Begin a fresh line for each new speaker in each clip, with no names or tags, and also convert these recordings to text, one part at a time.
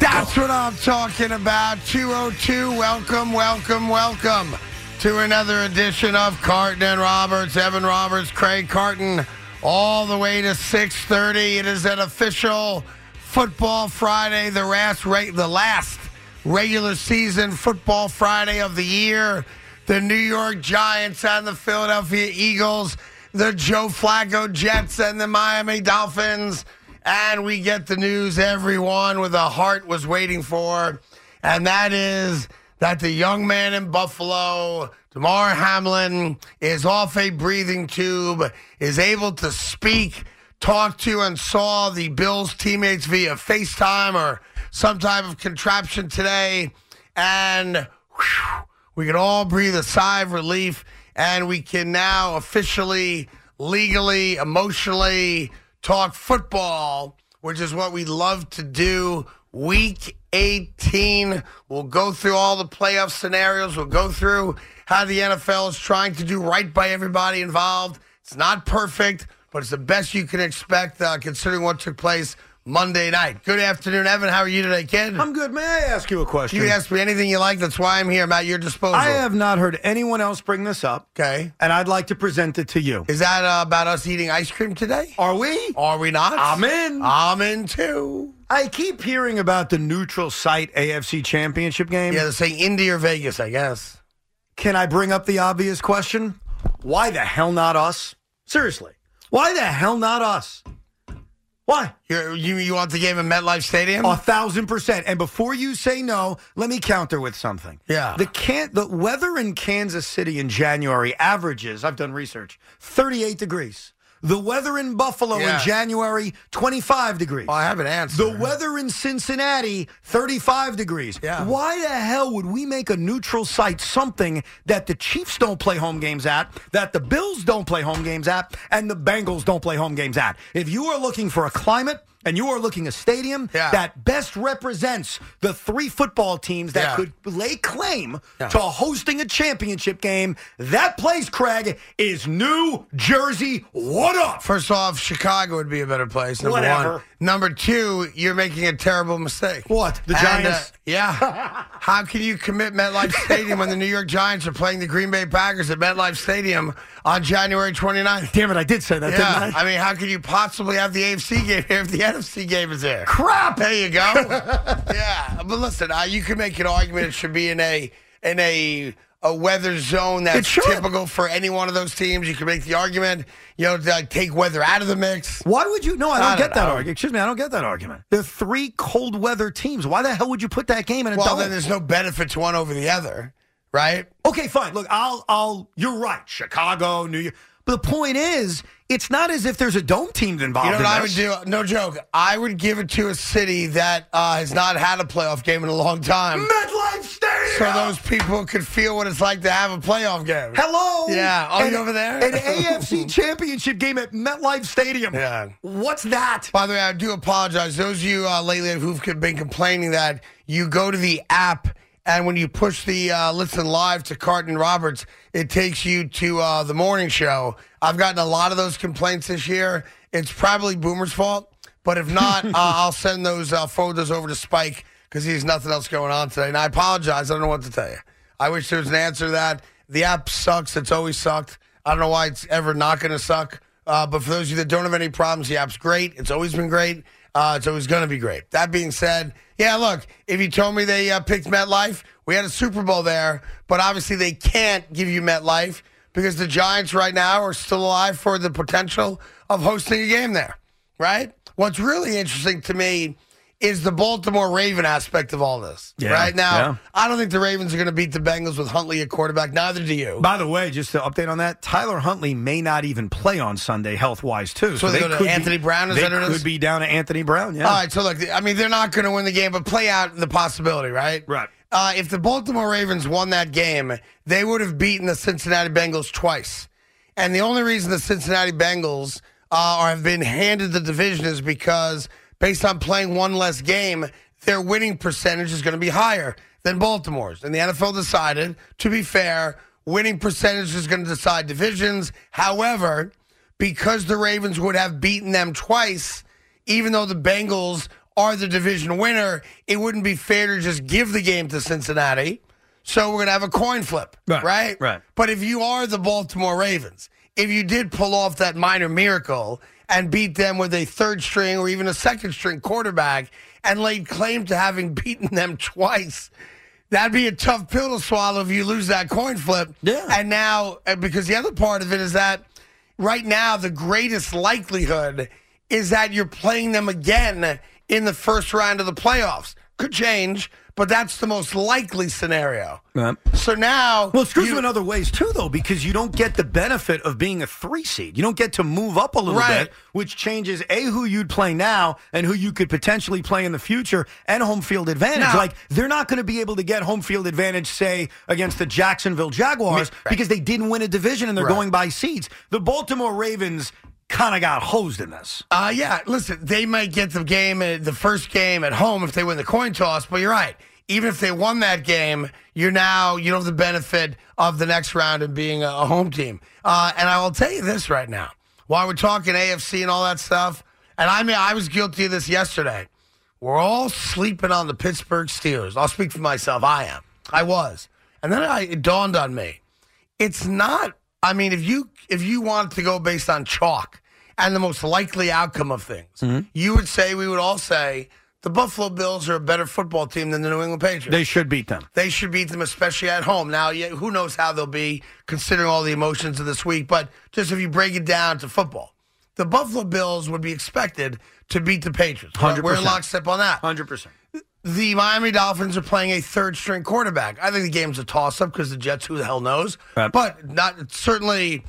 That's what I'm talking about. 202, welcome, welcome, welcome to another edition of Carton and Roberts. Evan Roberts, Craig Carton, all the way to 6.30. It is an official Football Friday, the last, re- the last regular season Football Friday of the year. The New York Giants and the Philadelphia Eagles, the Joe Flacco Jets and the Miami Dolphins. And we get the news everyone with a heart was waiting for, and that is that the young man in Buffalo, Damar Hamlin, is off a breathing tube, is able to speak, talk to, and saw the Bills teammates via FaceTime or some type of contraption today. And whew, we can all breathe a sigh of relief, and we can now officially, legally, emotionally talk football, which is what we love to do. Week 18, we'll go through all the playoff scenarios. We'll go through how the NFL is trying to do right by everybody involved. It's not perfect, but it's the best you can expect uh, considering what took place Monday night. Good afternoon, Evan. How are you today, kid?
I'm good. May I ask you a question?
You can ask me anything you like. That's why I'm here. I'm at your disposal.
I have not heard anyone else bring this up,
Okay.
and I'd like to present it to you.
Is that uh, about us eating ice cream today?
Are we?
Are we not?
I'm in.
I'm in too.
I keep hearing about the neutral site AFC Championship game.
Yeah, they're saying India or Vegas, I guess.
Can I bring up the obvious question? Why the hell not us? Seriously. Why the hell not us? Why?
You're, you you want the game in MetLife Stadium?
A thousand percent. And before you say no, let me counter with something.
Yeah.
The can the weather in Kansas City in January averages, I've done research, 38 degrees. The weather in Buffalo
Yeah.
in January, 25 degrees.
Oh, I have an answer.
the weather in Cincinnati, 35 degrees.
Yeah.
Why the hell would we make a neutral site something that the Chiefs don't play home games at, that the Bills don't play home games at, and the Bengals don't play home games at? If you are looking for a climate and you are looking a stadium
Yeah.
that best represents the three football teams that
Yeah.
could lay claim
Yeah.
to hosting a championship game, that place, Craig, is New Jersey. What up?
First off, Chicago would be a better place. Number one.
Whatever.
Number two, you're making a terrible mistake.
What? The
And, uh,
Giants?
yeah. How can you commit MetLife Stadium when the New York Giants are playing the Green Bay Packers at MetLife Stadium on January 29th?
Damn it, I did say that, didn't
Yeah. I mean, how could you possibly have the AFC game here if the NFC game is there?
Crap!
There you go. yeah, but listen, uh, you can make an argument it should be in a in a a weather zone
It
that's
should.
typical for any one of those teams. You can make the argument, you know, to, like, take weather out of the mix.
Why would you? No, I don't
I
get
don't
that
know.
argument. Excuse me, I don't get that argument. They're three cold weather teams. Why the hell would you put that game in a
Well,
double?
then there's no benefit to one over the other, right?
okay, fine. Look, I'll, I'll. You're right. Chicago, New York. But the point is, it's not as if there's a dome team involved.
You know
in
what I would
this.
do? No joke. I would give it to a city that uh, has not had a playoff game in a long time,
MetLife Stadium.
so those people could feel what it's like to have a playoff game.
Hello.
Yeah. Oh,
An-
you over there?
An AFC Championship game at MetLife Stadium.
Yeah.
What's that?
By the way, I do apologize. Those of you uh, lately who've been complaining that you go to the app and when you push the uh, listen live to Carton Roberts, it takes you to uh, the morning show. I've gotten a lot of those complaints this year. It's probably Boomer's fault, but if not, uh, I'll send those uh, forward those over to Spike because he's nothing else going on today. And I apologize. I don't know what to tell you. I wish there was an answer to that. The app sucks. It's always sucked. I don't know why it's ever not going to suck. Uh, but for those of you that don't have any problems, the app's great. It's always been great. Uh, so it's going to be great. That being said, yeah, look, if you told me they uh, picked MetLife, we had a Super Bowl there, but obviously they can't give you MetLife because the Giants right now are still alive for the potential of hosting a game there, right? What's really interesting to me is the Baltimore Raven aspect of all this.
Yeah,
right now,
yeah.
I don't think the Ravens are going to beat the Bengals with Huntley at quarterback. Neither do you.
By the way, just to update on that, Tyler Huntley may not even play on Sunday health wise too.
So they go to Anthony Brown, is
they
that what it
could
is?
be down to Anthony Brown. Yeah.
All right, so look, I mean, they're not going to win the game, but play out the possibility, right?
Right.
Uh, if the Baltimore Ravens won that game, they would have beaten the Cincinnati Bengals twice. And the only reason the Cincinnati Bengals uh, are, have been handed the division is because based on playing one less game, their winning percentage is going to be higher than Baltimore's. And the NFL decided, to be fair, winning percentage is going to decide divisions. However, because the Ravens would have beaten them twice, even though the Bengals are the division winner, it wouldn't be fair to just give the game to Cincinnati. So we're going to have a coin flip,
Right,
right?
right.
But if you are the Baltimore Ravens, if you did pull off that minor miracle and beat them with a third string or even a second string quarterback and laid claim to having beaten them twice, that'd be a tough pill to swallow if you lose that coin flip.
Yeah.
And now, uh, because the other part of it is that right now, the greatest likelihood is that you're playing them again in the first round of the playoffs. Could change, but that's the most likely scenario.
Right.
So now,
Well, it screws
you-
you in other ways too, though, because you don't get the benefit of being a three seed. You don't get to move up a little
Right.
bit, which changes a who you'd play now and who you could potentially play in the future and home field advantage.
Now-
like they're not going to be able to get home field advantage, say against the Jacksonville Jaguars,
Right.
because they didn't win a division and they're
Right.
going by seeds. The Baltimore Ravens kind of got hosed in this.
Uh, yeah, listen, they might get the game, uh, the first game at home if they win the coin toss, but you're right. Even if they won that game, you're now, you don't have the benefit of the next round and being a, a home team. Uh, and I will tell you this right now while we're talking AFC and all that stuff, and I mean, I was guilty of this yesterday. We're all sleeping on the Pittsburgh Steelers. I'll speak for myself. I am. I was. And then I, it dawned on me it's not i mean if you if you wanted to go based on chalk and the most likely outcome of things you would say we would all say the buffalo bills are a better football team than the new england patriots
They should beat them.
they should beat them, especially at home. Now, yeah, who knows how they'll be considering all the emotions of this week, but just if you break it down to football, the Buffalo Bills would be expected to beat the Patriots. We're- We're in
100%.
lockstep on that.
Hundred percent.
The Miami Dolphins are playing a third string quarterback. I think the game's a toss up because the Jets, who the hell knows?
Right.
But not certainly,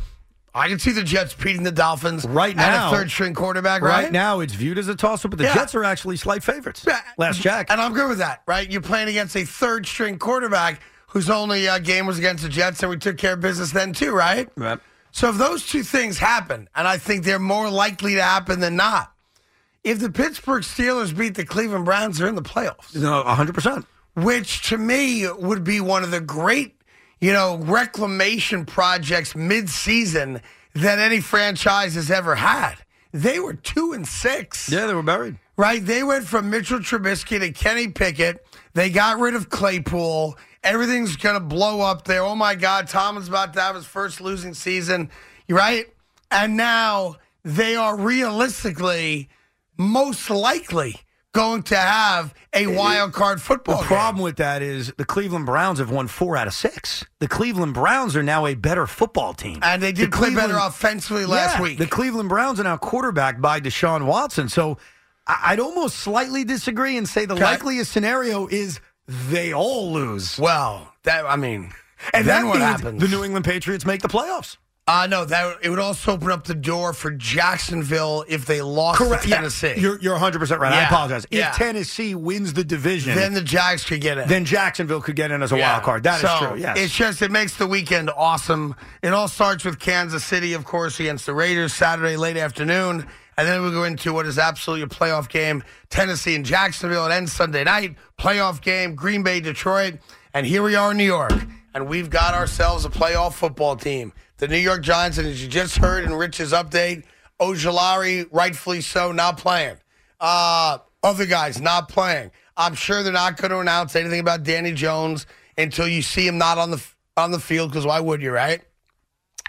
I can see the Jets beating the Dolphins
Right
at
now-
a third string quarterback.
Right,
Right,
now, it's viewed as a toss-up, but the
Yeah.
Jets are actually slight favorites.
Yeah.
Last check.
and I'm good with that. Right, you're playing against a third string quarterback whose only uh, game was against the Jets, and we took care of business then too. Right.
Right.
So if those two things happen, and I think they're more likely to happen than not, if the Pittsburgh Steelers beat the Cleveland Browns, they're in the playoffs.
No, hundred percent.
which to me would be one of the great, you know, reclamation projects mid-season that any franchise has ever had. They were two and six,
Yeah, they were buried.
right? They went from Mitchell Trubisky to Kenny Pickett. They got rid of Claypool. Everything's gonna blow up there. Oh my God, Tomlin's about to have his first losing season, right? And now they are realistically most likely going to have a wild card football.
The
game.
problem with that is the Cleveland Browns have won four out of six. The Cleveland Browns are now a better football team.
And they did
The
play
Cleveland-
better offensively last
Yeah,
week.
The Cleveland Browns are now quarterbacked by Deshaun Watson. So I- I'd almost slightly disagree and say the
Okay.
likeliest scenario is they all lose.
well, that I mean, and
that
then what
means
happens?
The New England Patriots make the playoffs.
uh, no, that it would also open up the door for Jacksonville if they lost to
Yeah,
Tennessee.
You're, you're 100% right. I
Yeah,
apologize. If
yeah.
Tennessee wins the division,
then
then,
the Jags could get in.
Jacksonville could get in as a
Yeah.
wild card. That is
So,
true. Yes.
It's just it makes the weekend awesome. It all starts with Kansas City, of course, against the Raiders Saturday late afternoon, and then we go into what is absolutely a playoff game: Tennessee and Jacksonville. It ends Sunday night. Playoff game: Green Bay, Detroit, and here we are in New York, and we've got ourselves a playoff football team. The New York Giants, and as you just heard in Rich's update, Ojolari, rightfully so, not playing. Uh, other guys not playing. I'm sure they're not going to announce anything about Danny Jones until you see him not on the on the field. Because why would you, right?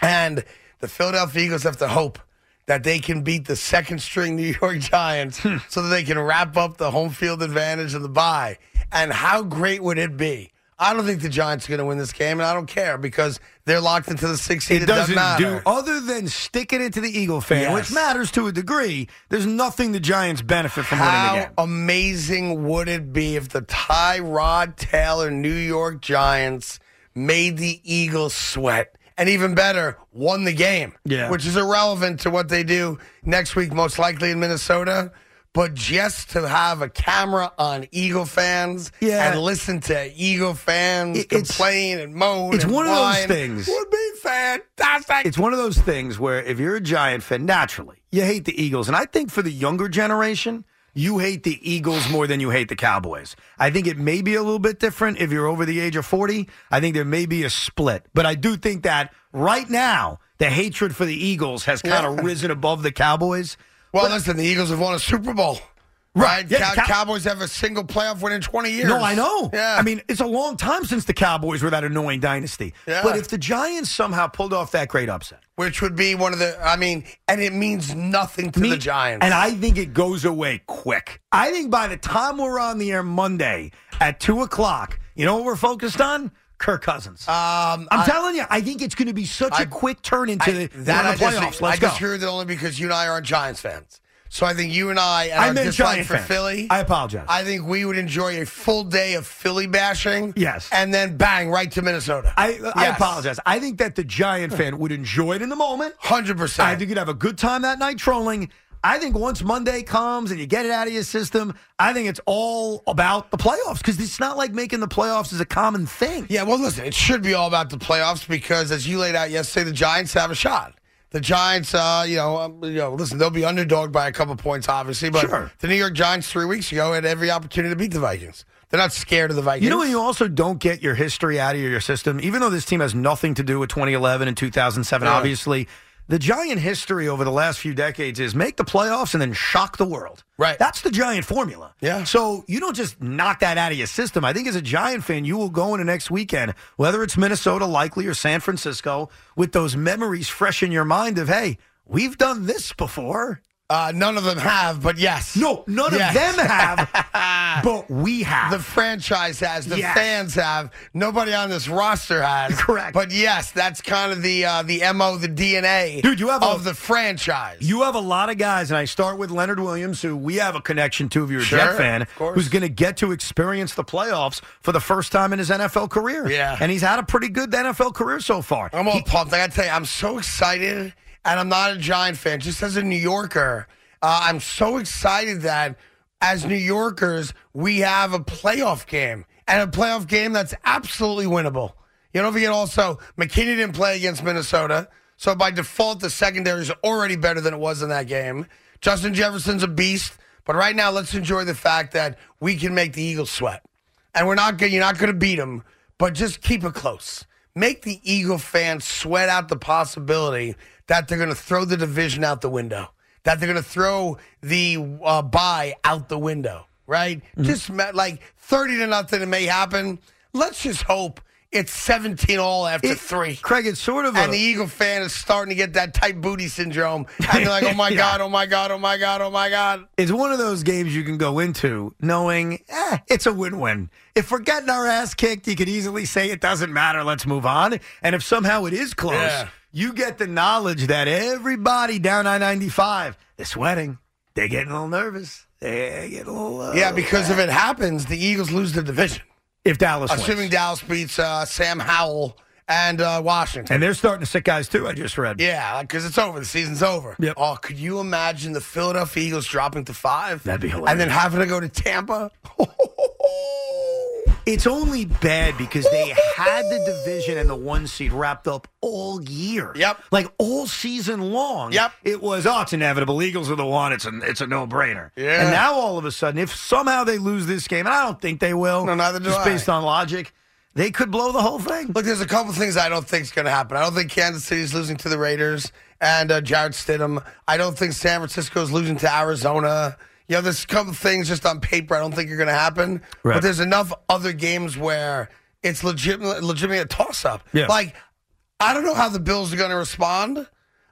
And the Philadelphia Eagles have to hope that they can beat the second string New York Giants so that they can wrap up the home field advantage and the bye. And how great would it be? I don't think the Giants are going to win this game, and I don't care because they're locked into the sixth seed. It, doesn't, matter.
other than sticking it to the Eagle fan,
Yes.
which matters to a degree. There's nothing the Giants benefit from winning
How
the game.
amazing would it be if the Tyrod Taylor New York Giants made the Eagles sweat? And even better, won the game.
Yeah.
Which is irrelevant to what they do next week, most likely in Minnesota. But just to have a camera on Eagle fans
Yeah.
and listen to Eagle fans
It- it's-
complain and moan.
it's
and
one of those
whine
things.
Would be fantastic.
It's one of those things where if you're a Giant fan, naturally you hate the Eagles, and I think for the younger generation. You hate the Eagles more than you hate the Cowboys. I think it may be a little bit different if you're over the age of 40. I think there may be a split. But I do think that right now, the hatred for the Eagles has kind of
Yeah.
risen above the Cowboys.
Well, listen, the Eagles have won a Super Bowl.
Right,
Right. Cow-
yeah, Cow-
Cowboys have a single playoff win in 20 years.
No, I know.
Yeah.
I mean, it's a long time since the Cowboys were that annoying dynasty.
Yeah.
But if the Giants somehow pulled off that great upset,
which would be one of the, I mean, and it means nothing to
me-
the Giants.
And I think it goes away quick. I think by the time we're on the air Monday at 2 o'clock, you know what we're focused on? Kirk Cousins.
um,
I'm
I-
telling you, I think it's going to be such a
I-
quick turn into
I-
the, we're
that
in the
I
playoffs.
Just,
Let's
I
go.
just hear that only because you and I aren't Giants fans. So I think you and I, and
I'm
our
a
dislike
Giant
for
fan.
Philly.
I apologize.
I think we would enjoy a full day of Philly bashing.
Yes.
And then bang, right to Minnesota.
I, I
Yes.
apologize. I think that the Giant fan would enjoy it in the moment.
100%.
I think you'd have a good time that night trolling. I think once Monday comes and you get it out of your system, I think it's all about the playoffs because it's not like making the playoffs is a common thing.
Yeah, well, listen, it should be all about the playoffs because, as you laid out yesterday, the Giants have a shot. The Giants, uh, you know, um, you know, listen, they'll be underdog by a couple points, obviously, but
Sure.
the New York Giants three weeks ago had every opportunity to beat the Vikings. They're not scared of the Vikings.
You know, when you also don't get your history out of your system, even though this team has nothing to do with 2011 and 2007,
Yeah.
obviously, the Giant history over the last few decades is make the playoffs and then shock the world.
Right.
That's the Giant formula.
Yeah.
So you don't just knock that out of your system. I think as a Giant fan, you will go into next weekend, whether it's Minnesota likely or San Francisco, with those memories fresh in your mind of, hey, we've done this before.
uh, none of them have, but yes.
No, none
Yes.
of them have, but we have.
The franchise has, the
Yes.
fans have, nobody on this roster has.
Correct.
But yes, that's kind of the uh, the mo, the DNA,
Dude, you have a-
of the franchise.
You have a lot of guys, and I start with Leonard Williams, who we have a connection to if you're a
Sure,
Jet fan,
of course.
who's going to get to experience the playoffs for the first time in his NFL career.
Yeah.
And he's had a pretty good NFL career so far.
I'm all pumped. I got to tell you, I'm so excited, and I'm not a Giant fan. Just as a New Yorker, uh, I'm so excited that as New Yorkers, we have a playoff game and a playoff game that's absolutely winnable. You know, if you get also McKinney didn't play against Minnesota, so by default, the secondary is already better than it was in that game. Justin Jefferson's a beast, but right now, let's enjoy the fact that we can make the Eagles sweat and we're not going. You're not going to beat them, but just keep it close. Make the Eagle fans sweat out the possibility that they're going to throw the division out the window, that they're going to throw the uh, buy out the window. Right?
Mm-hmm.
Just ma- like thirty to nothing, it may happen. Let's just hope it's seventeen all after
It-
three.
Craig, it's sort of
And
a.
the Eagle fan is starting to get that tight booty syndrome. And you're like, oh my
Yeah.
God, oh my God, oh my God, oh my God.
it's one of those games you can go into knowing eh, it's a win-win. If we're getting our ass kicked, you could easily say it doesn't matter. Let's move on. And if somehow it is close,
Yeah.
you get the knowledge that everybody down I-95, they're sweating. They're getting a little nervous. They get a little uh,
Yeah, because if it happens, the Eagles lose the division.
if Dallas wins.
Assuming Dallas beats uh, Sam Howell and uh, Washington.
and they're starting to sick guys too. I just read.
yeah, because it's over. The season's over.
Yep.
Oh, could you imagine the Philadelphia Eagles dropping to five?
That'd be
And then
hilarious.
having to go to Tampa?
It's only bad because they had the division and the one seed wrapped up all year.
Yep.
Like all season long.
Yep.
It was, oh, it's inevitable. Eagles are the one. It's a, it's a no brainer.
Yeah.
And now all of a sudden, if somehow they lose this game, and I don't think they will,
No, neither do
just
I.
based on logic, they could blow the whole thing.
Look, there's a couple things I don't think is going to happen. I don't think Kansas City's losing to the Raiders and uh, Jared Stidham. I don't think San Francisco's losing to Arizona. You know, there's a couple things just on paper I don't think are going to happen.
Right.
But there's enough other games where it's legit, legitimately a toss up.
Yeah.
Like, I don't know how the Bills are going to respond.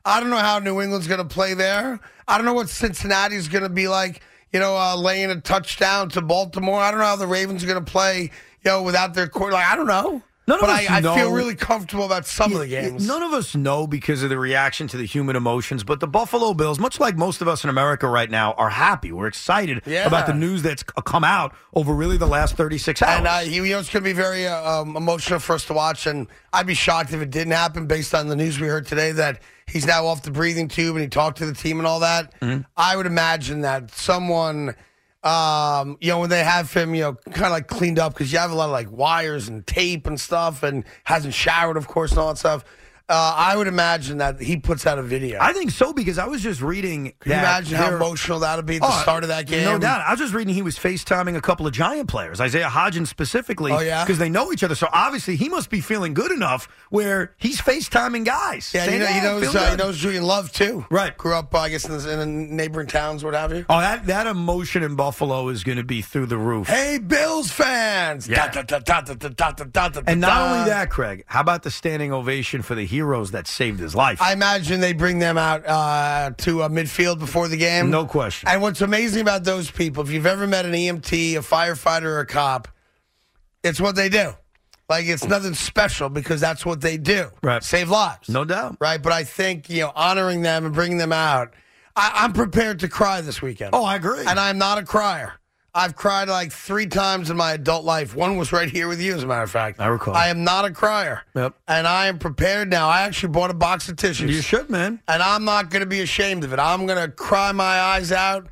I don't know how New England's going to play there. I don't know what Cincinnati's going to be like. You know, uh, laying a touchdown to Baltimore. I don't know how the Ravens are going to play. You know, without their quarter. Like I don't know.
None of
but
us
I,
know.
I feel really comfortable about some of the
Yeah,
games.
None of us know because of the reaction to the human emotions, but the Buffalo Bills, much like most of us in America right now, are happy. We're excited
Yeah.
about the news that's c- come out over really the last 36 hours.
And uh, you know, it's going to be very uh, um, emotional for us to watch. And I'd be shocked if it didn't happen based on the news we heard today that he's now off the breathing tube and he talked to the team and all that.
Mm-hmm.
I would imagine that someone, um, you know, when they have him, you know, kind of like cleaned up because you have a lot of like wires and tape and stuff and hasn't showered, of course, and all that stuff. Uh, I would imagine that he puts out a video.
I think so because I was just reading
Can you
that
imagine how
there-
emotional that would be at the
Oh,
start of that game?
No doubt. I was just reading he was FaceTiming a couple of giant players, Isaiah Hodgins specifically,
Oh, yeah?
because they know each other. So obviously he must be feeling good enough where he's FaceTiming guys.
Yeah, you
saying,
know, he
"Hey, I
knows
feel
uh, he
good."
knows Julian Love too.
Right.
grew up, uh, I guess, in the, in the neighboring towns, what have you.
Oh, that, that emotion in Buffalo is going to be through the roof.
Hey, Bills fans!
Yeah.
Da, da, da, da, da, da, da, da, da,
And not
da.
only that, Craig, how about the standing ovation for the heroes that saved his life?
I imagine they bring them out uh, to uh, midfield before the game.
No question.
And what's amazing about those people, if you've ever met an EMT, a firefighter, or a cop, it's what they do. Like it's nothing special because that's what they do.
Right.
Save lives.
no doubt.
Right. But I think you know honoring them and bringing them out. I, I'm prepared to cry this weekend.
Oh, I agree.
and I'm not a crier. I've cried like three times in my adult life. One was right here with you, as a matter of fact.
I recall.
I am not a crier.
Yep.
And I am prepared now. I actually bought a box of tissues.
you should, man.
And I'm not going to be ashamed of it. I'm going to cry my eyes out.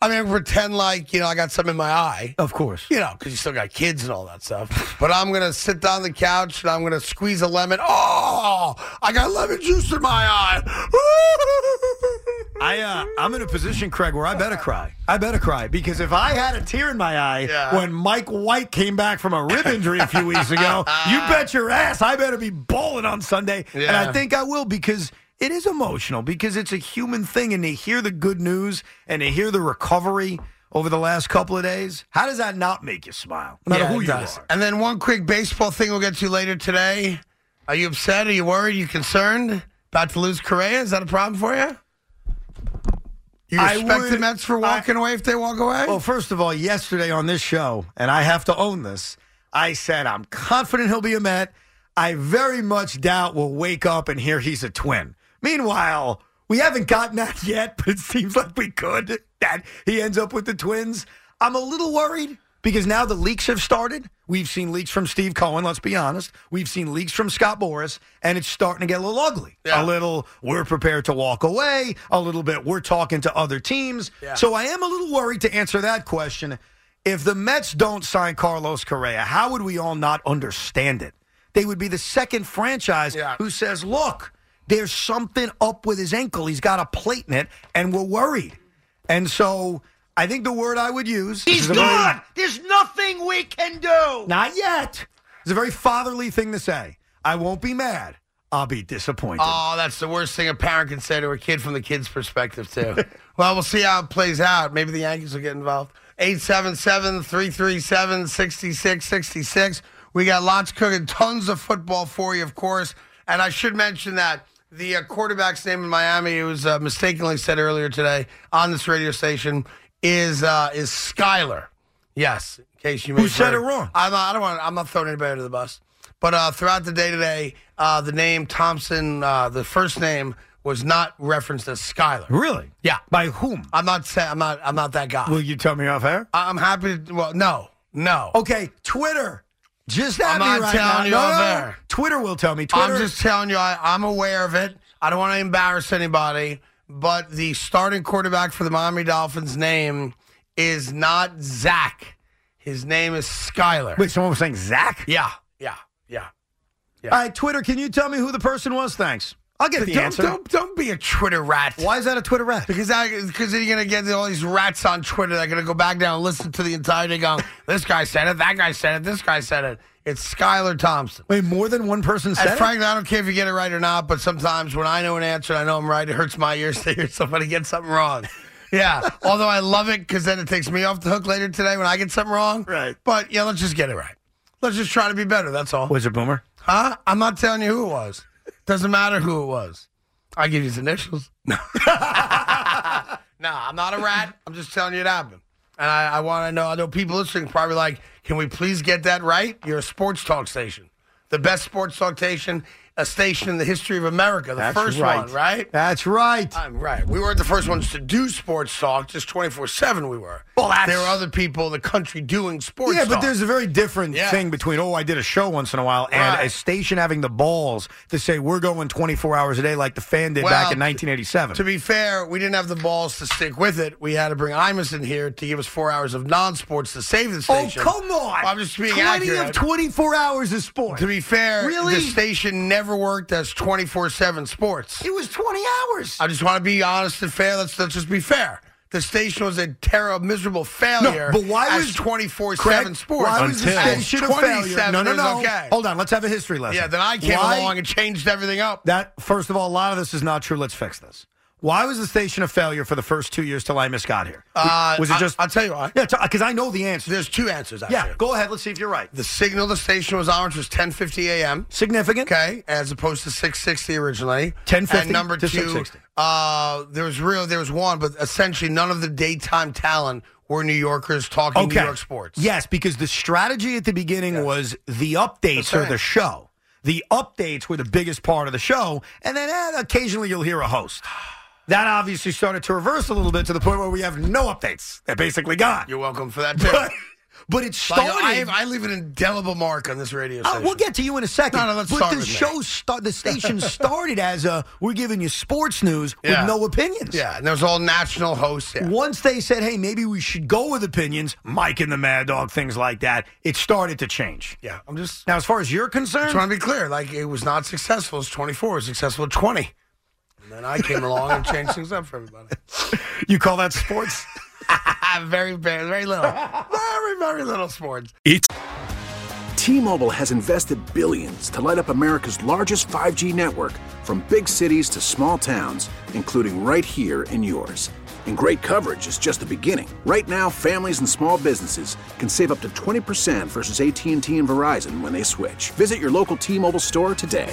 I'm going to pretend like, you know, I got something in my eye,
Of course.
you know, because you still got kids and all that stuff. But I'm going to sit down on the couch and I'm going to squeeze a lemon. Oh, I got lemon juice in my eye.
I uh, I'm in a position, Craig, where I better cry. I better cry because if I had a tear in my eye
Yeah.
when Mike White came back from a rib injury a few weeks ago, you bet your ass I better be bowling on Sunday, and I
Yeah.
think I will because it is emotional because it's a human thing, and to hear the good news and to hear the recovery over the last couple of days, how does that not make you smile? No matter
Yeah,
who
it
you
does.
are.
And then one quick baseball thing we'll get to later today. Are you upset? Are you worried? you concerned? About to lose Correa? Is that a problem for you? You
I
respect the
would-
Mets for walking away if they walk away?
Well, first of all, yesterday on this show, and I have to own this, I said I'm confident he'll be a Met. I very much doubt we'll wake up and hear he's a twin. Meanwhile, we haven't gotten that yet, but it seems like we could that he ends up with the twins. I'm a little worried because now the leaks have started. We've seen leaks from Steve Cohen, let's be honest. We've seen leaks from Scott Boris, and it's starting to get a little ugly.
Yeah.
A little, we're prepared to walk away. A little bit, we're talking to other teams. So I am a little worried to answer that question. If the Mets don't sign Carlos Correa, how would we all not understand it? They would be the second franchise
Yeah.
who says, look, there's something up with his ankle. He's got a plate in it, and we're worried. And so I think the word I would use He's
God, there's nothing we can do.
Not yet. It's a very fatherly thing to say. I won't be mad. I'll be disappointed.
oh, that's the worst thing a parent can say to a kid from the kid's perspective, too. well, we'll see how it plays out. Maybe the Yankees will get involved. 877 337 6666. We got lots cooking, tons of football for you, of course. And I should mention that the uh, quarterback's name in Miami, who was uh, mistakenly said earlier today on this radio station, is uh, is Skyler. Yes, in case you may have
said
heard.
it wrong?
I'm not, I don't want. I'm not throwing anybody under the bus. But uh, throughout the day today, uh, the name Thompson, uh, the first name, was not referenced as Skyler.
really?
Yeah.
By whom?
I'm not saying I'm not. I'm not that guy.
Will you tell me off air?
I- I'm happy. To, well, no, no.
Okay, Twitter. Just at
I'm
me
not
right
telling
now.
you
no,
off
no,
air.
Twitter will tell me. Twitter.
I'm just telling you. I, I'm aware of it. I don't want to embarrass anybody. But the starting quarterback for the Miami Dolphins' name is not Zach. His name is Skyler.
Wait, someone was saying Zach?
Yeah, yeah, yeah.
All right, Twitter, can you tell me who the person was? Thanks. I'll get the
don't,
answer.
Don't, don't be a Twitter rat.
Why is that a Twitter rat?
Because that, because then you're gonna get all these rats on Twitter that are gonna go back down and listen to the entire day going, this guy said it, that guy said it, this guy said it. It's Skylar Thompson.
Wait, more than one person said
And
it?
frankly, I don't care if you get it right or not, but sometimes when I know an answer and I know I'm right, it hurts my ears to hear somebody get something wrong. Yeah. Although I love it because then it takes me off the hook later today when I get something wrong.
Right.
But yeah, let's just get it right. Let's just try to be better. That's all.
Was it Boomer?
Huh? I'm not telling you who it was. Doesn't matter who it was. I give you his initials. no, I'm not a rat. I'm just telling you it happened. And I, I want to know. I know people listening probably like, can we please get that right? You're a sports talk station, the best sports talk station, a station in the history of America, the first one, right?
That's right.
I'm right. We weren't the first ones to do sports talk, just 24 7 we were.
Well, that's-
There were other people in the country doing sports
yeah, but
talk.
there's a very different
Yeah.
thing between oh, I did a show once in a while, and
Right.
a station having the balls to say we're going 24 hours a day like the fan did
Well,
back in 1987.
To be fair, we didn't have the balls to stick with it. We had to bring Imus in here to give us four hours of non-sports to save the
oh,
station.
come on!
I'm just being
20
accurate.
of 24 hours is sport.
to be fair,
Really?
the station never worked as 24/7 sports.
it was 20 hours.
I just want to be honest and fair. Let's, let's just be fair. The station was a terrible, miserable failure.
but why
as
was
24/7
Craig,
sports?
Why was the
As
station a failure?
27
No, no,
is
no.
Okay.
Hold on, let's have a history lesson.
Yeah, then I came
Why-
along and changed everything up.
That first of all, a lot of this is not true. Let's fix this. Why was the station a failure for the first two years till Imus got here?
Uh,
was it
I-
just?
I'll tell you why.
Yeah, because I know the answer.
There's two answers. Actually.
Yeah, go ahead. Let's see if you're right.
The signal the station was on, which was 10:50 a.m.
Significant.
Okay, as opposed to 660 originally.
1050
And number
to
two,
660.
uh, there was real, there was one, but essentially none of the daytime talent were New Yorkers talking New York sports.
Yes, because the strategy at the beginning was the updates
That's
or
right.
the show. The updates were the biggest part of the show, and then eh, occasionally you'll hear a host. That obviously started to reverse a little bit to the point where we have no updates. They're basically gone.
You're welcome for that too.
but, but it
Like,
started.
I, have- I leave an indelible mark on this radio
Uh,
station.
we'll get to you in a second.
No, no, let's
but
start
the
with me.
show start, the station started as a we're giving you sports news
Yeah.
with no opinions.
Yeah, and there's all national hosts. Yeah.
Once they said, "Hey, maybe we should go with opinions," Mike and the Mad Dog, things like that, it started to change.
yeah, I'm just,
Now, as far as you're concerned,
just want to be clear. Like, it was not successful. It's 24, it was successful at 20. And then I came along and changed things up for everybody. Ah,
you call that sports?
very, very, very little. Very, very little sports.
T-Mobile has invested billions to light up America's largest 5G network from big cities to small towns, including right here in yours. And great coverage is just the beginning. Right now, families and small businesses can save up to 20% versus AT&T and Verizon when they switch. Visit your local T-Mobile store today.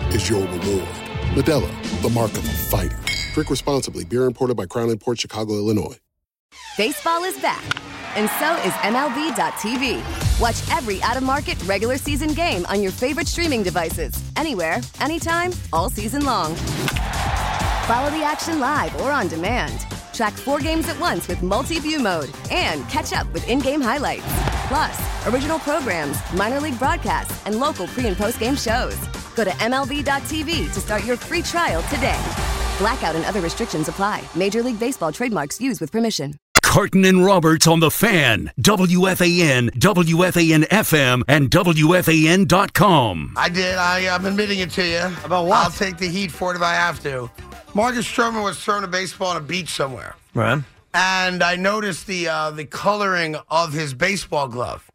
is your reward. Medella, the mark of a fighter. Drink responsibly, beer imported by Crown Port Chicago, Illinois.
Baseball is back, and so is MLB.tv. Watch every out of market regular season game on your favorite streaming devices, anywhere, anytime, all season long. Follow the action live or on demand. Track four games at once with multi view mode and catch up with in game highlights. Plus, original programs, minor league broadcasts, and local pre and post game shows. Go to MLB.tv to start your free trial today. Blackout and other restrictions apply. Major League Baseball trademarks used with permission.
Carton and Roberts on the fan, WFAN, WFAN FM, and WFAN.com.
I did. I, I'm admitting it to you.
About what?
I'll take the heat for it if I have to. Marcus Stroman was throwing a baseball on a beach somewhere,
Right.
and I noticed the uh, the coloring of his baseball glove,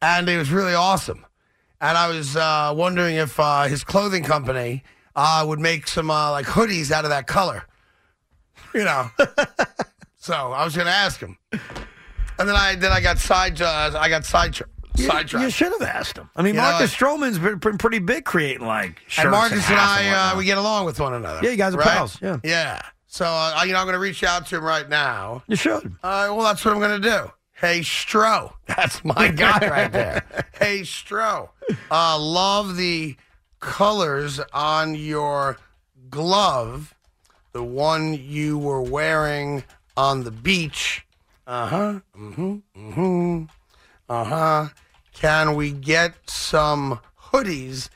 and it was really awesome. And I was uh, wondering if uh, his clothing company uh, would make some uh, like hoodies out of that color, you know. so I was going to ask him, and then I then I got side uh, I got side sidetracked.
You should have asked him. I mean,
You know,
Marcus Stroman's been been pretty big creating like shirts
and Marcus and I, uh,
hats whatnot.
we get along with one another.
Yeah, you guys are pals, yeah.
yeah. So uh, you know, I'm going to reach out to him right now.
you should.
Uh, well, that's what I'm going to do. Hey, Stro, that's my guy right there. hey, Stro, uh, love the colors on your glove, the one you were wearing on the beach. Uh huh. Mm hmm. Mm hmm. Uh huh. Can we get some hoodies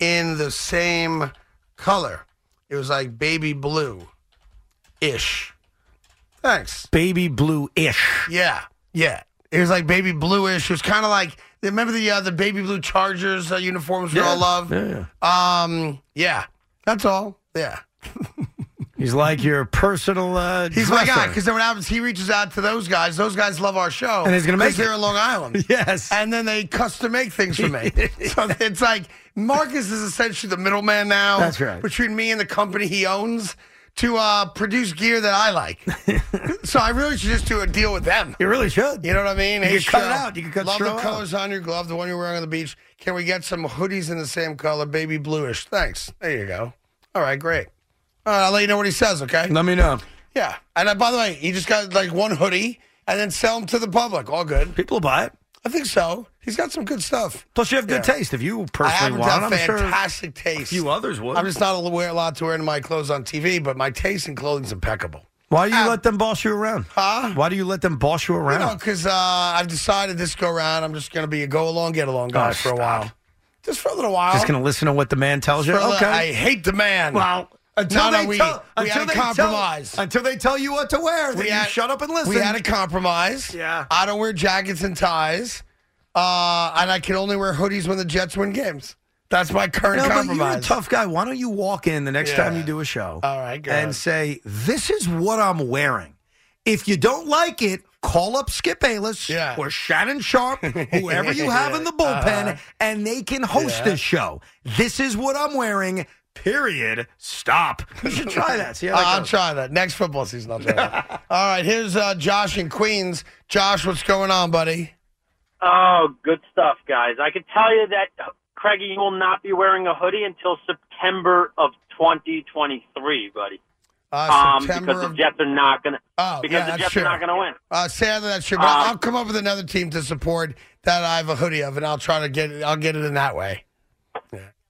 in the same color? It was like baby blue ish. Thanks.
Baby blue ish.
Yeah. Yeah. It was like baby bluish. It was kind of like
Remember the uh, the baby blue Chargers uh, uniforms we all love?
Yeah,
yeah. Um, yeah, that's all. Yeah.
He's like your personal. Uh,
He's my guy
dresser.
because then what happens? He reaches out to those guys. Those guys love our show,
And he's gonna make
'cause they're
it.
in Long Island.
Yes.
and then they custom make things for me. so it's like Marcus is essentially the middleman now.
That's right.
Between me and the company he owns to uh, produce gear that I like. so I really should just do a deal with them.
You really should.
You know what I mean?
You
Hey,
could cut it
Cheryl,
out. You could cut
Love
Cheryl
the
out.
colors on your glove, the one you're wearing on the beach. Can we get some hoodies in the same color, baby bluish? Thanks. There you go. All right, great. All right, I'll let you know what he says, okay?
Let me know.
Yeah. And uh, by the way, he just got like one hoodie and then sell them to the public. All good.
People will buy it.
I think so. He's got some good stuff.
Plus, you have good
Yeah.
taste. If you
I
personally
happen to
want,
have
it, I'm sure a
fantastic taste.
few others would.
I'm just not aware- allowed to wear my clothes on TV, but my taste in clothing's impeccable.
Why do you
Um,
let them boss you around?
Huh?
Why do you let them boss you
You know,
around?
because uh, I've decided this go round, I'm just going to be a go along, get along guy
Oh,
for a
stop.
while. Just for a little while.
just gonna listen to what the man tells you.
For a little-
okay.
I hate the man.
well,
until
until
no,
they
we,
tell,
we
until
had
they
a compromise.
tell, until they tell you what to wear, then
We
you
had-
shut up and listen.
We had a compromise.
Yeah.
I don't wear jackets and ties, uh, and I can only wear hoodies when the Jets win games. That's my current
no, but you're a
compromise.
tough guy. Why don't you walk in the next
Yeah.
time you do a show?
All right, go ahead.
and say this is what I'm wearing. If you don't like it, call up Skip Bayless
Yeah. Uh-huh.
or Shannon Sharp, whoever you have in the bullpen, and they can host
Yeah.
this show. This is what I'm wearing. Period. Stop. You should try that. See how that
Uh, I'll
goes.
try that next football season. I'll try that. All right, here's uh, Josh in Queens. Josh, what's going on, buddy?
Oh, good stuff, guys. I can tell you that uh, Craigie you will not be wearing a hoodie until September of 2023, buddy.
Uh,
Um, because the Jets are not going to.
Oh,
because
yeah,
the
that's
Jets
true.
are not going to win.
Uh, sadly, that's true. But
Uh,
I'll come up with another team to support that I have a hoodie of, and I'll try to get it. I'll get it in that way.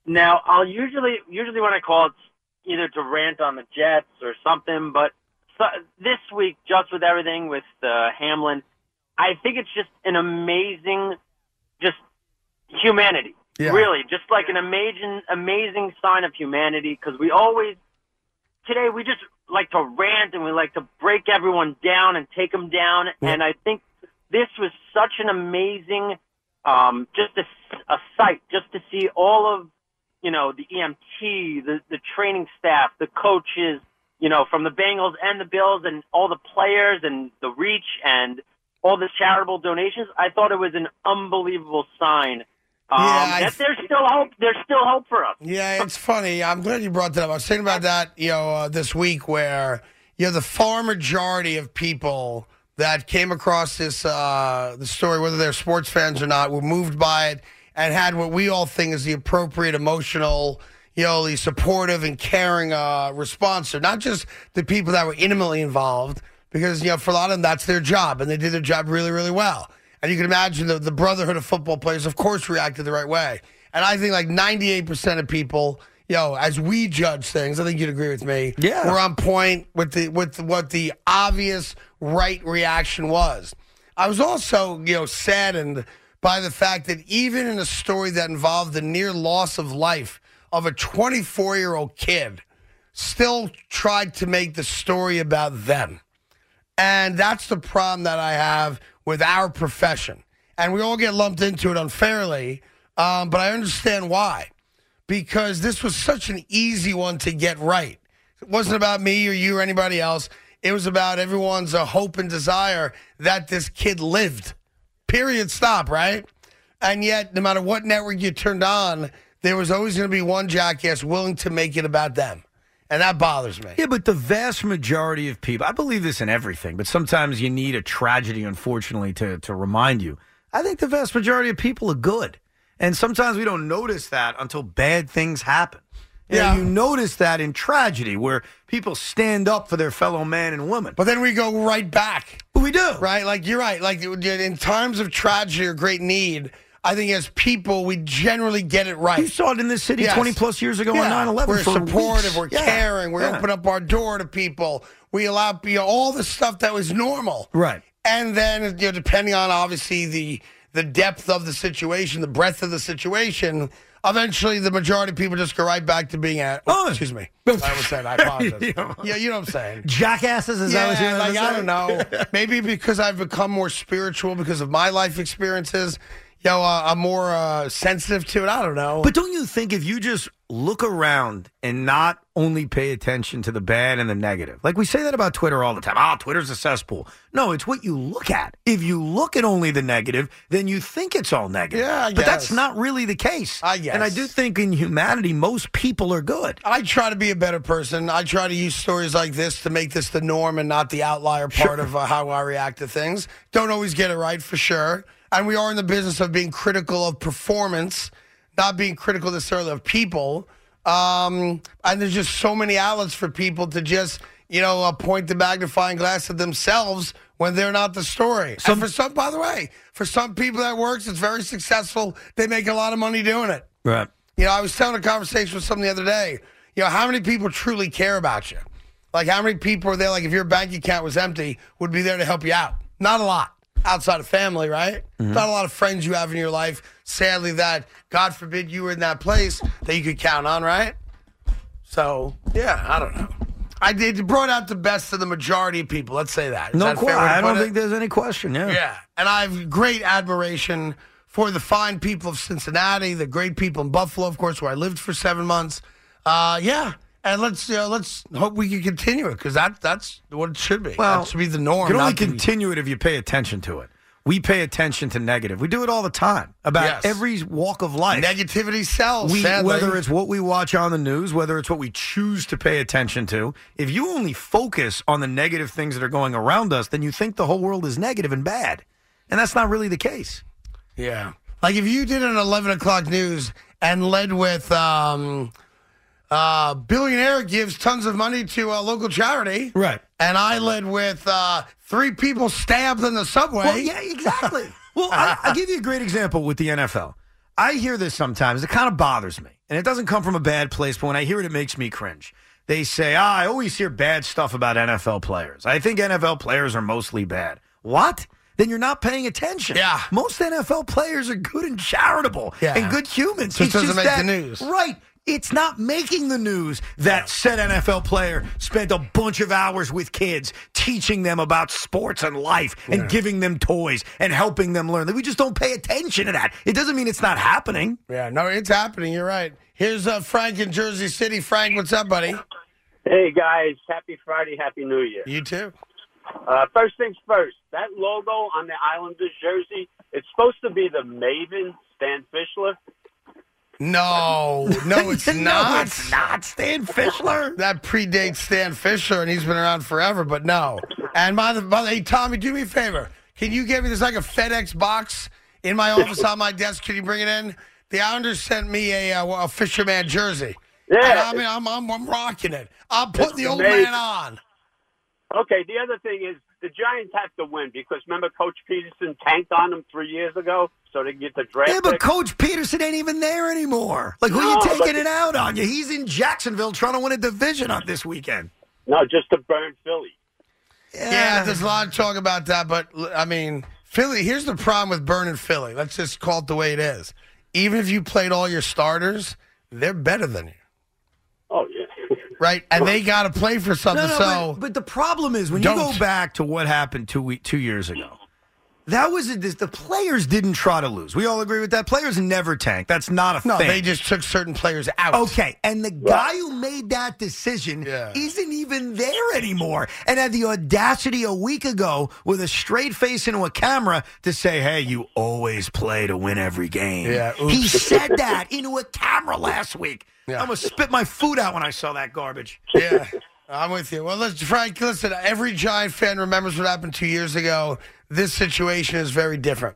Now, I'll usually usually when I call, it's either to rant on the Jets or something. But so, this week, just with everything with uh, Hamlin, I think it's just an amazing, just humanity.
Yeah.
Really, just like an amazing amazing sign of humanity because we always today we just like to rant and we like to break everyone down and take them down. And I think this was such an amazing, um, just a, a sight, just to see all of, you know, the EMT, the, the training staff, the coaches, you know, from the Bengals and the Bills and all the players and the reach and all the charitable donations. I thought it was an unbelievable sign. Um,
Yeah, I-
that there's still hope. There's still hope for us.
Yeah, it's funny. I'm glad you brought that up. I was thinking about that, you know, uh, this week where you know the far majority of people that came across this uh, the story, whether they're sports fans or not, were moved by it and had what we all think is the appropriate emotional, you know, the supportive and caring uh, response. So not just the people that were intimately involved, because you know, for a lot of them, that's their job, and they did their job really, really well. And you can imagine the, the brotherhood of football players, of course, reacted the right way. And I think like 98% of people, you know, as we judge things, I think you'd agree with me.
Yeah.
We're on point with the with what the obvious right reaction was. I was also, you know, saddened by the fact that even in a story that involved the near loss of life of a 24 year old kid, still tried to make the story about them. And that's the problem that I have with our profession. And we all get lumped into it unfairly, um, but I understand why. Because this was such an easy one to get right. It wasn't about me or you or anybody else. It was about everyone's uh, hope and desire that this kid lived. Period. Stop, right? And yet, no matter what network you turned on, there was always going to be one jackass willing to make it about them. And that bothers me.
Yeah, but the vast majority of people, I believe this in everything, but sometimes you need a tragedy, unfortunately, to, to remind you. I think the vast majority of people are good. And sometimes we don't notice that until bad things happen. You know,
Yeah.
you notice that in tragedy where people stand up for their fellow man and woman.
But then we go right back.
we do.
Right? Like, you're right. Like, in times of tragedy or great need, I think as people, we generally get it right.
You saw it in this city
Yes.
20 plus years ago on
Yeah.
9 11.
We're supportive. We're
Yeah.
caring. We
Yeah.
open up our door to people. We allow you know, all the stuff that was normal.
Right.
And then, you know, depending on obviously the the depth of the situation, the breadth of the situation, eventually the majority of people just go right back to being at.
Oh.
excuse me. I was saying. I apologize. yeah, you know what I'm saying.
Jackasses, is that what you
Yeah, like,
were
I
saying?
don't know. Maybe because I've become more spiritual because of my life experiences. Yo, uh, I'm more uh, sensitive to it. I don't know.
But don't you think if you just look around and not only pay attention to the bad and the negative, like we say that about Twitter all the time, oh, Twitter's a cesspool. No, it's what you look at. If you look at only the negative, then you think it's all negative.
Yeah, I
but that's
guess.
not really the case.
I guess.
And I do think in humanity, most people are good.
I try to be a better person. I try to use stories like this to make this the norm and not the outlier part of uh, how I react to things. Don't always get it right, for sure. And we are in the business of being critical of performance, not being critical necessarily of people. Um, and there's just so many outlets for people to just, you know, uh, point the magnifying glass at themselves when they're not the story. Some, for some, by the way, for some people that works, it's very successful. They make a lot of money doing it.
Right.
You know, I was having a conversation with someone the other day. You know, how many people truly care about you? Like, how many people are there? Like, if your bank account was empty, would be there to help you out? Not a lot outside of family, right?
Mm-hmm.
Not a lot of friends you have in your life. Sadly, that God forbid you were in that place that you could count on, right? So, yeah, I don't know. I did brought out the best of the majority of people. Let's say that. Is
No
that a fair
question.
way to
I
put
don't
it?
think there's any question. Yeah.
Yeah, and I have great admiration for the fine people of Cincinnati, the great people in Buffalo, of course, where I lived for seven months. Uh, yeah, and let's you know, let's hope we can continue it because that that's what it should be.
Well,
that should be the norm.
You can only
not the-
continue it if you pay attention to it. We pay attention to negative. We do it all the time about
Yes.
every walk of life.
negativity sells.
we,
sadly.
whether it's what we watch on the news, whether it's what we choose to pay attention to, if you only focus on the negative things that are going around us, then you think the whole world is negative and bad. And that's not really the case.
Yeah. Like if you did an 11 o'clock news and led with um, uh, billionaire gives tons of money to a local charity.
Right.
And I led with uh, three people stabbed in the subway.
Well, yeah, exactly. well, I, I give you a great example with the NFL. I hear this sometimes. It kind of bothers me, and it doesn't come from a bad place. But when I hear it, it makes me cringe. They say, ah, "I always hear bad stuff about NFL players. I think NFL players are mostly bad." What? Then you're not paying attention.
Yeah.
most NFL players are good and charitable
Yeah.
and good humans.
Just
It's
doesn't make the
that-
news.
Right. It's not making the news that said NFL player spent a bunch of hours with kids teaching them about sports and life and giving them toys and helping them learn. We just don't pay attention to that. It doesn't mean it's not happening.
Yeah, no, it's happening. You're right. Here's uh, Frank in Jersey City. Frank, what's up, buddy?
Hey guys, happy Friday, happy New Year.
You too.
Uh, first things first, that logo on the Islanders jersey, it's supposed to be the Maven, Stan Fischler.
No, no, it's
no,
not.
It's not Stan Fischler.
That predates Stan Fisher, and he's been around forever. But no. And by the, by the hey, Tommy, do me a favor. Can you give me there's like a FedEx box in my office on my desk? Can you bring it in? The Islanders sent me a, uh, a fisherman jersey.
Yeah.
And I mean, I'm, I'm I'm rocking it. I'm putting the old
amazing.
man on.
Okay, the other thing is the Giants have to win because remember Coach Peterson tanked on them three years ago so they can get the draft
Yeah, but
pick?
Coach Peterson ain't even there anymore. Like, who are you
No, but-
taking it out on? You? He's in Jacksonville trying to win a division on this weekend.
no, just to burn Philly.
Ah.
Yeah, there's a lot of talk about that, but l- I mean, Philly. Here's the problem with burning Philly. Let's just call it the way it is. Even if you played all your starters, they're better than you,
Oh yeah.
right? And they got to play for something.
No, no,
so
but, but the problem is when you
Don't.
go back to what happened two week, two years ago. That was a, dis- the players didn't try to lose. We all agree with that. Players never tank. That's not a
no,
thing.
they just took certain players out.
okay. And the guy who made that decision
Yeah.
isn't even there anymore, and had the audacity a week ago with a straight face into a camera to say, "Hey, you always play to win every game."
Yeah, oops.
he said that into a camera last week.
Yeah.
I almost spit my food out when I saw that garbage.
Yeah, I'm with you. Well, let's, Frank, listen, every Giant fan remembers what happened two years ago. This situation is very different.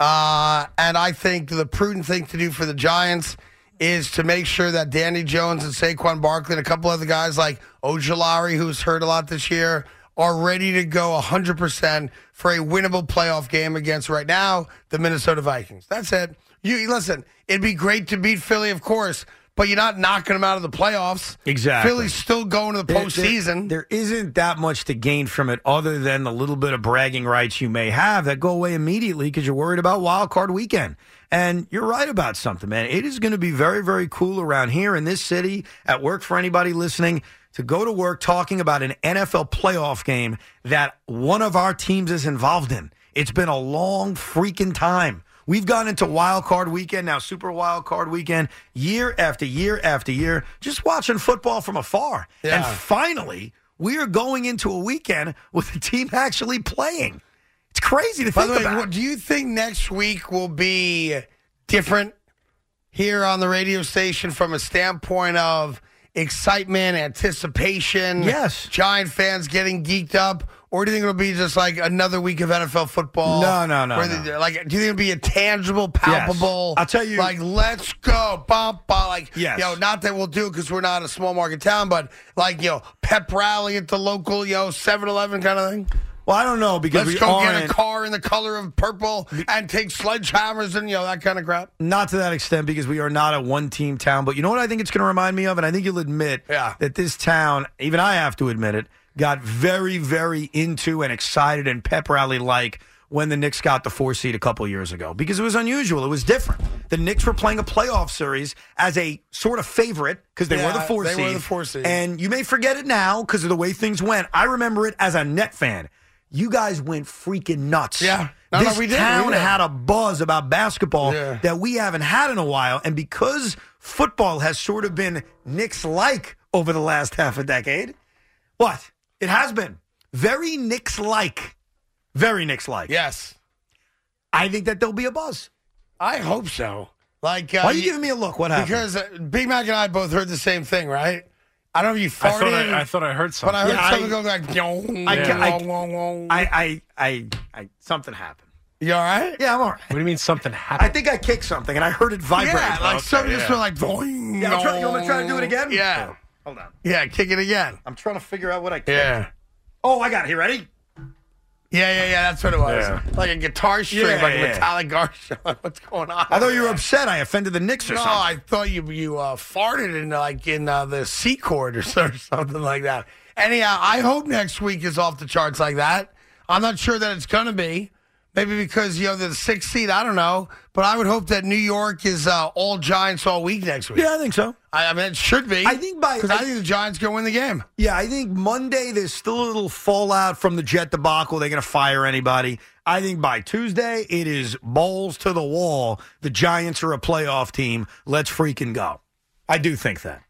Uh, and I think the prudent thing to do for the Giants is to make sure that Danny Jones and Saquon Barkley and a couple other guys like Ojolari, who's hurt a lot this year, are ready to go 100% for a winnable playoff game against right now the Minnesota Vikings. That's it. You listen, it'd be great to beat Philly, of course, but you're not knocking them out of the playoffs.
Exactly.
Philly's still going to the
There-
postseason.
There, there isn't that much to gain from it other than the little bit of bragging rights you may have that go away immediately because you're worried about wild card weekend. And you're right about something, man. It is going to be very, very cool around here in this city at work for anybody listening to go to work talking about an NFL playoff game that one of our teams is involved in. It's been a long freaking time. We've gone into wild card weekend now, super wild card weekend, year after year after year, just watching football from afar.
Yeah.
And finally, we are going into a weekend with the team actually playing. It's crazy to
By
think
the way,
about.
what- do you think next week will be different here on the radio station from a standpoint of excitement, anticipation?
Yes.
Giant fans getting geeked up. Or do you think it'll be just like another week of NFL football?
No, no, no,
Where
no.
the- like, do you think it'll be a tangible, palpable?
I'll tell you-
Like, let's go, bum, bum. Like,
Yes.
you know, not that we'll do because we're not a small market town, but like, you know, pep rally at the local, you know, 7-Eleven kind of thing.
Well, I don't know because we
Let's go
aren't.
get a car in the color of purple and take sledgehammers and you know that kind of crap.
Not to that extent because we are not a one team town. But you know what I think it's going to remind me of? And I think you'll admit
Yeah.
that this town, even I have to admit it, got very, very into and excited and pep rally like when the Knicks got the four seed a couple years ago because it was unusual. It was different. The Knicks were playing a playoff series as a sort of favorite because they were the
Yeah,
four
they
seed.
were the four seed.
And you may forget it now because of the way things went. I remember it as a net fan. You guys went freaking nuts.
Yeah. No, no,
this
we did, we
town
did.
had a buzz about basketball
Yeah.
that we haven't had in a while. And because football has sort of been Knicks like over the last half a decade, what? It has been very Knicks like. Very Knicks like.
Yes,
I think that there'll be a buzz.
I hope so. Like, uh,
Why are you giving me a look? What happened?
Because uh, Big Mac and I both heard the same thing, right? I don't know if you farted,
I thought I, I thought I heard
but
something.
I heard
Yeah,
something
I-
go like, "Yong,
I-
yong,
I-
wong, wong."
I, I, I, I, something happened.
you all right?
Yeah, I'm all right.
what do you mean something happened?
I think I kicked something and I heard it vibrate.
yeah, like something just
yeah.
went like, "Boing,
Yeah, I'm trying- you want me to try to do it
yong."
again? Oh,
Yeah,
Hold on.
yeah, kick it again.
I'm trying to figure out what I kicked.
Yeah.
Oh, I got it. You ready?
Yeah, yeah, yeah. That's what it was.
Yeah.
Like a guitar string,
Yeah,
like a
yeah.
metallic guitar. What's going on?
I thought you were upset I offended the Knicks or
No,
something.
I thought you you uh, farted in like in uh, the C chord or, so- or something like that. Anyhow, I hope next week is off the charts like that. I'm not sure that it's gonna be. Maybe because you know they're the sixth seed. I don't know, but I would hope that New York is uh, all Giants all week next week.
yeah, I think so.
I, I mean it should be.
I think by-
because I, think the Giants gonna win the game.
Yeah, I think Monday there's still a little fallout from the Jet debacle. They're going to fire anybody. I think by Tuesday it is balls to the wall. The Giants are a playoff team. Let's freaking go. I do think that.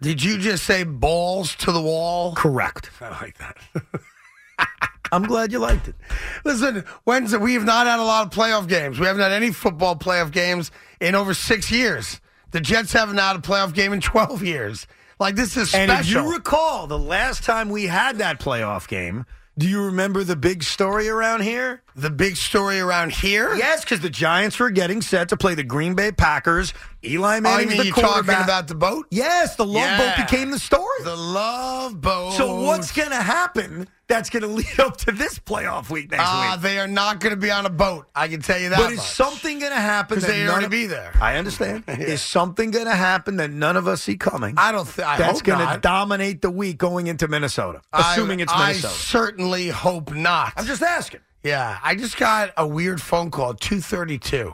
Did you just say balls to the wall?
Correct.
I like that.
I'm glad you liked it.
Listen, Wednesday, we have not had a lot of playoff games. We haven't had any football playoff games in over six years. The Jets haven't had a playoff game in 12 years. Like, this is
And
special.
if you recall, the last time we had that playoff game, do you remember the big story around here?
the big story around here?
Yes, because the Giants were getting set to play the Green Bay Packers. Eli
I
Manning's
mean,
the
you're talking
quarterback.
about the boat?
yes, the love
Yeah.
boat became the story.
The love boat.
So what's going to happen that's going to lead up to this playoff week next
Ah,
week?
they are not going to be on a boat. I can tell you that.
But is
much.
something going to happen?
'Cause
that
they
none
already
of-
be there.
I understand. Is something going to happen that none of us see coming?
I don't think.
that's
going
to dominate the week going into Minnesota, assuming it's
I
Minnesota.
certainly hope not.
I'm just asking.
Yeah, I just got a weird phone call, two thirty-two.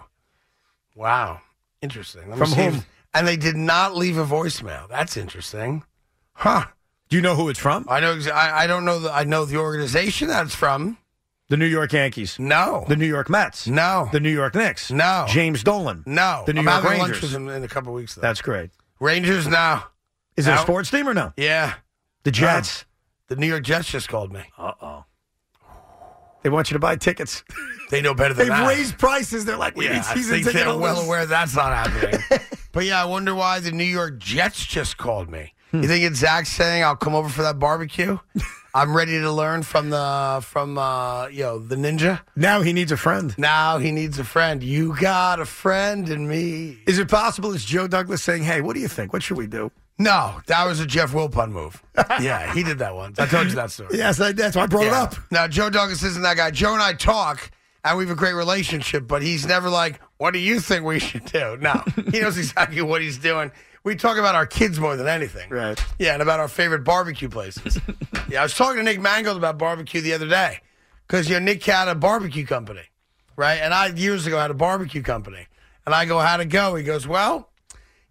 Wow, interesting. Let me
From
see
whom?
if- and they did not leave a voicemail. That's interesting, huh?
Do you know who it's from?
I know. exa- I, I don't know. The, I know the organization that it's from.
The New York Yankees,
No,
the New York Mets,
no,
the New York Knicks,
No.
James Dolan,
no.
the New
I'm
York
having
Rangers.
lunch with them in a couple weeks. Though.
That's great.
Rangers now.
Is it a
No.
sports team or no?
Yeah,
The Jets.
the New York Jets just called me.
Uh oh. They want you to buy tickets.
They know better than
They've
that.
raised prices. They're like, we
Yeah,
need
I
season
think
ticket
they're well
holders.
aware that's not happening. but yeah, I wonder why the New York Jets just called me. You think it's Zach saying I'll come over for that barbecue? I'm ready to learn from the from uh, you know the ninja.
Now he needs a friend.
Now he needs a friend. You got a friend in me.
Is it possible it's Joe Douglas saying, hey, what do you think? What should we do?
No, that was a Jeff Wilpon move. yeah, he did that once. I told you that story.
Yes, I, that's why I brought
Yeah. Now Joe Douglas isn't that guy. Joe and I talk, and we have a great relationship. But he's never like, "What do you think we should do?" No, he knows exactly what he's doing. We talk about our kids more than anything,
Right.
Yeah, and about our favorite barbecue places. yeah, I was talking to Nick Mangold about barbecue the other day because you know Nick had a barbecue company, right? And I years ago had a barbecue company, and I go, "How'd it go?" He goes, "Well."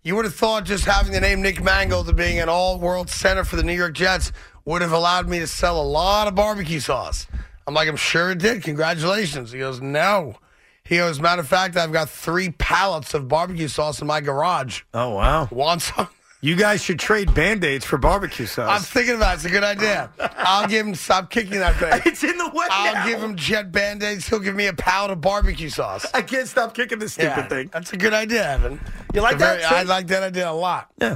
You would have thought just having the name Nick Mangold and being an all world center for the New York Jets would have allowed me to sell a lot of barbecue sauce. I'm like, I'm sure it did. Congratulations. He goes, No. He goes, matter of fact, I've got three pallets of barbecue sauce in my garage.
Oh wow!
Want some?
You guys should trade band aids for barbecue sauce.
I'm thinking about it. It's a good idea. I'll give him. Stop kicking that thing.
It's in the way.
I'll give him jet band aids. He'll give me a pallet of barbecue sauce.
I can't stop kicking this stupid
Yeah,
thing.
That's a good idea, Evan.
You like
It's a
that?
very- I like that idea a lot.
Yeah.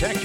Protect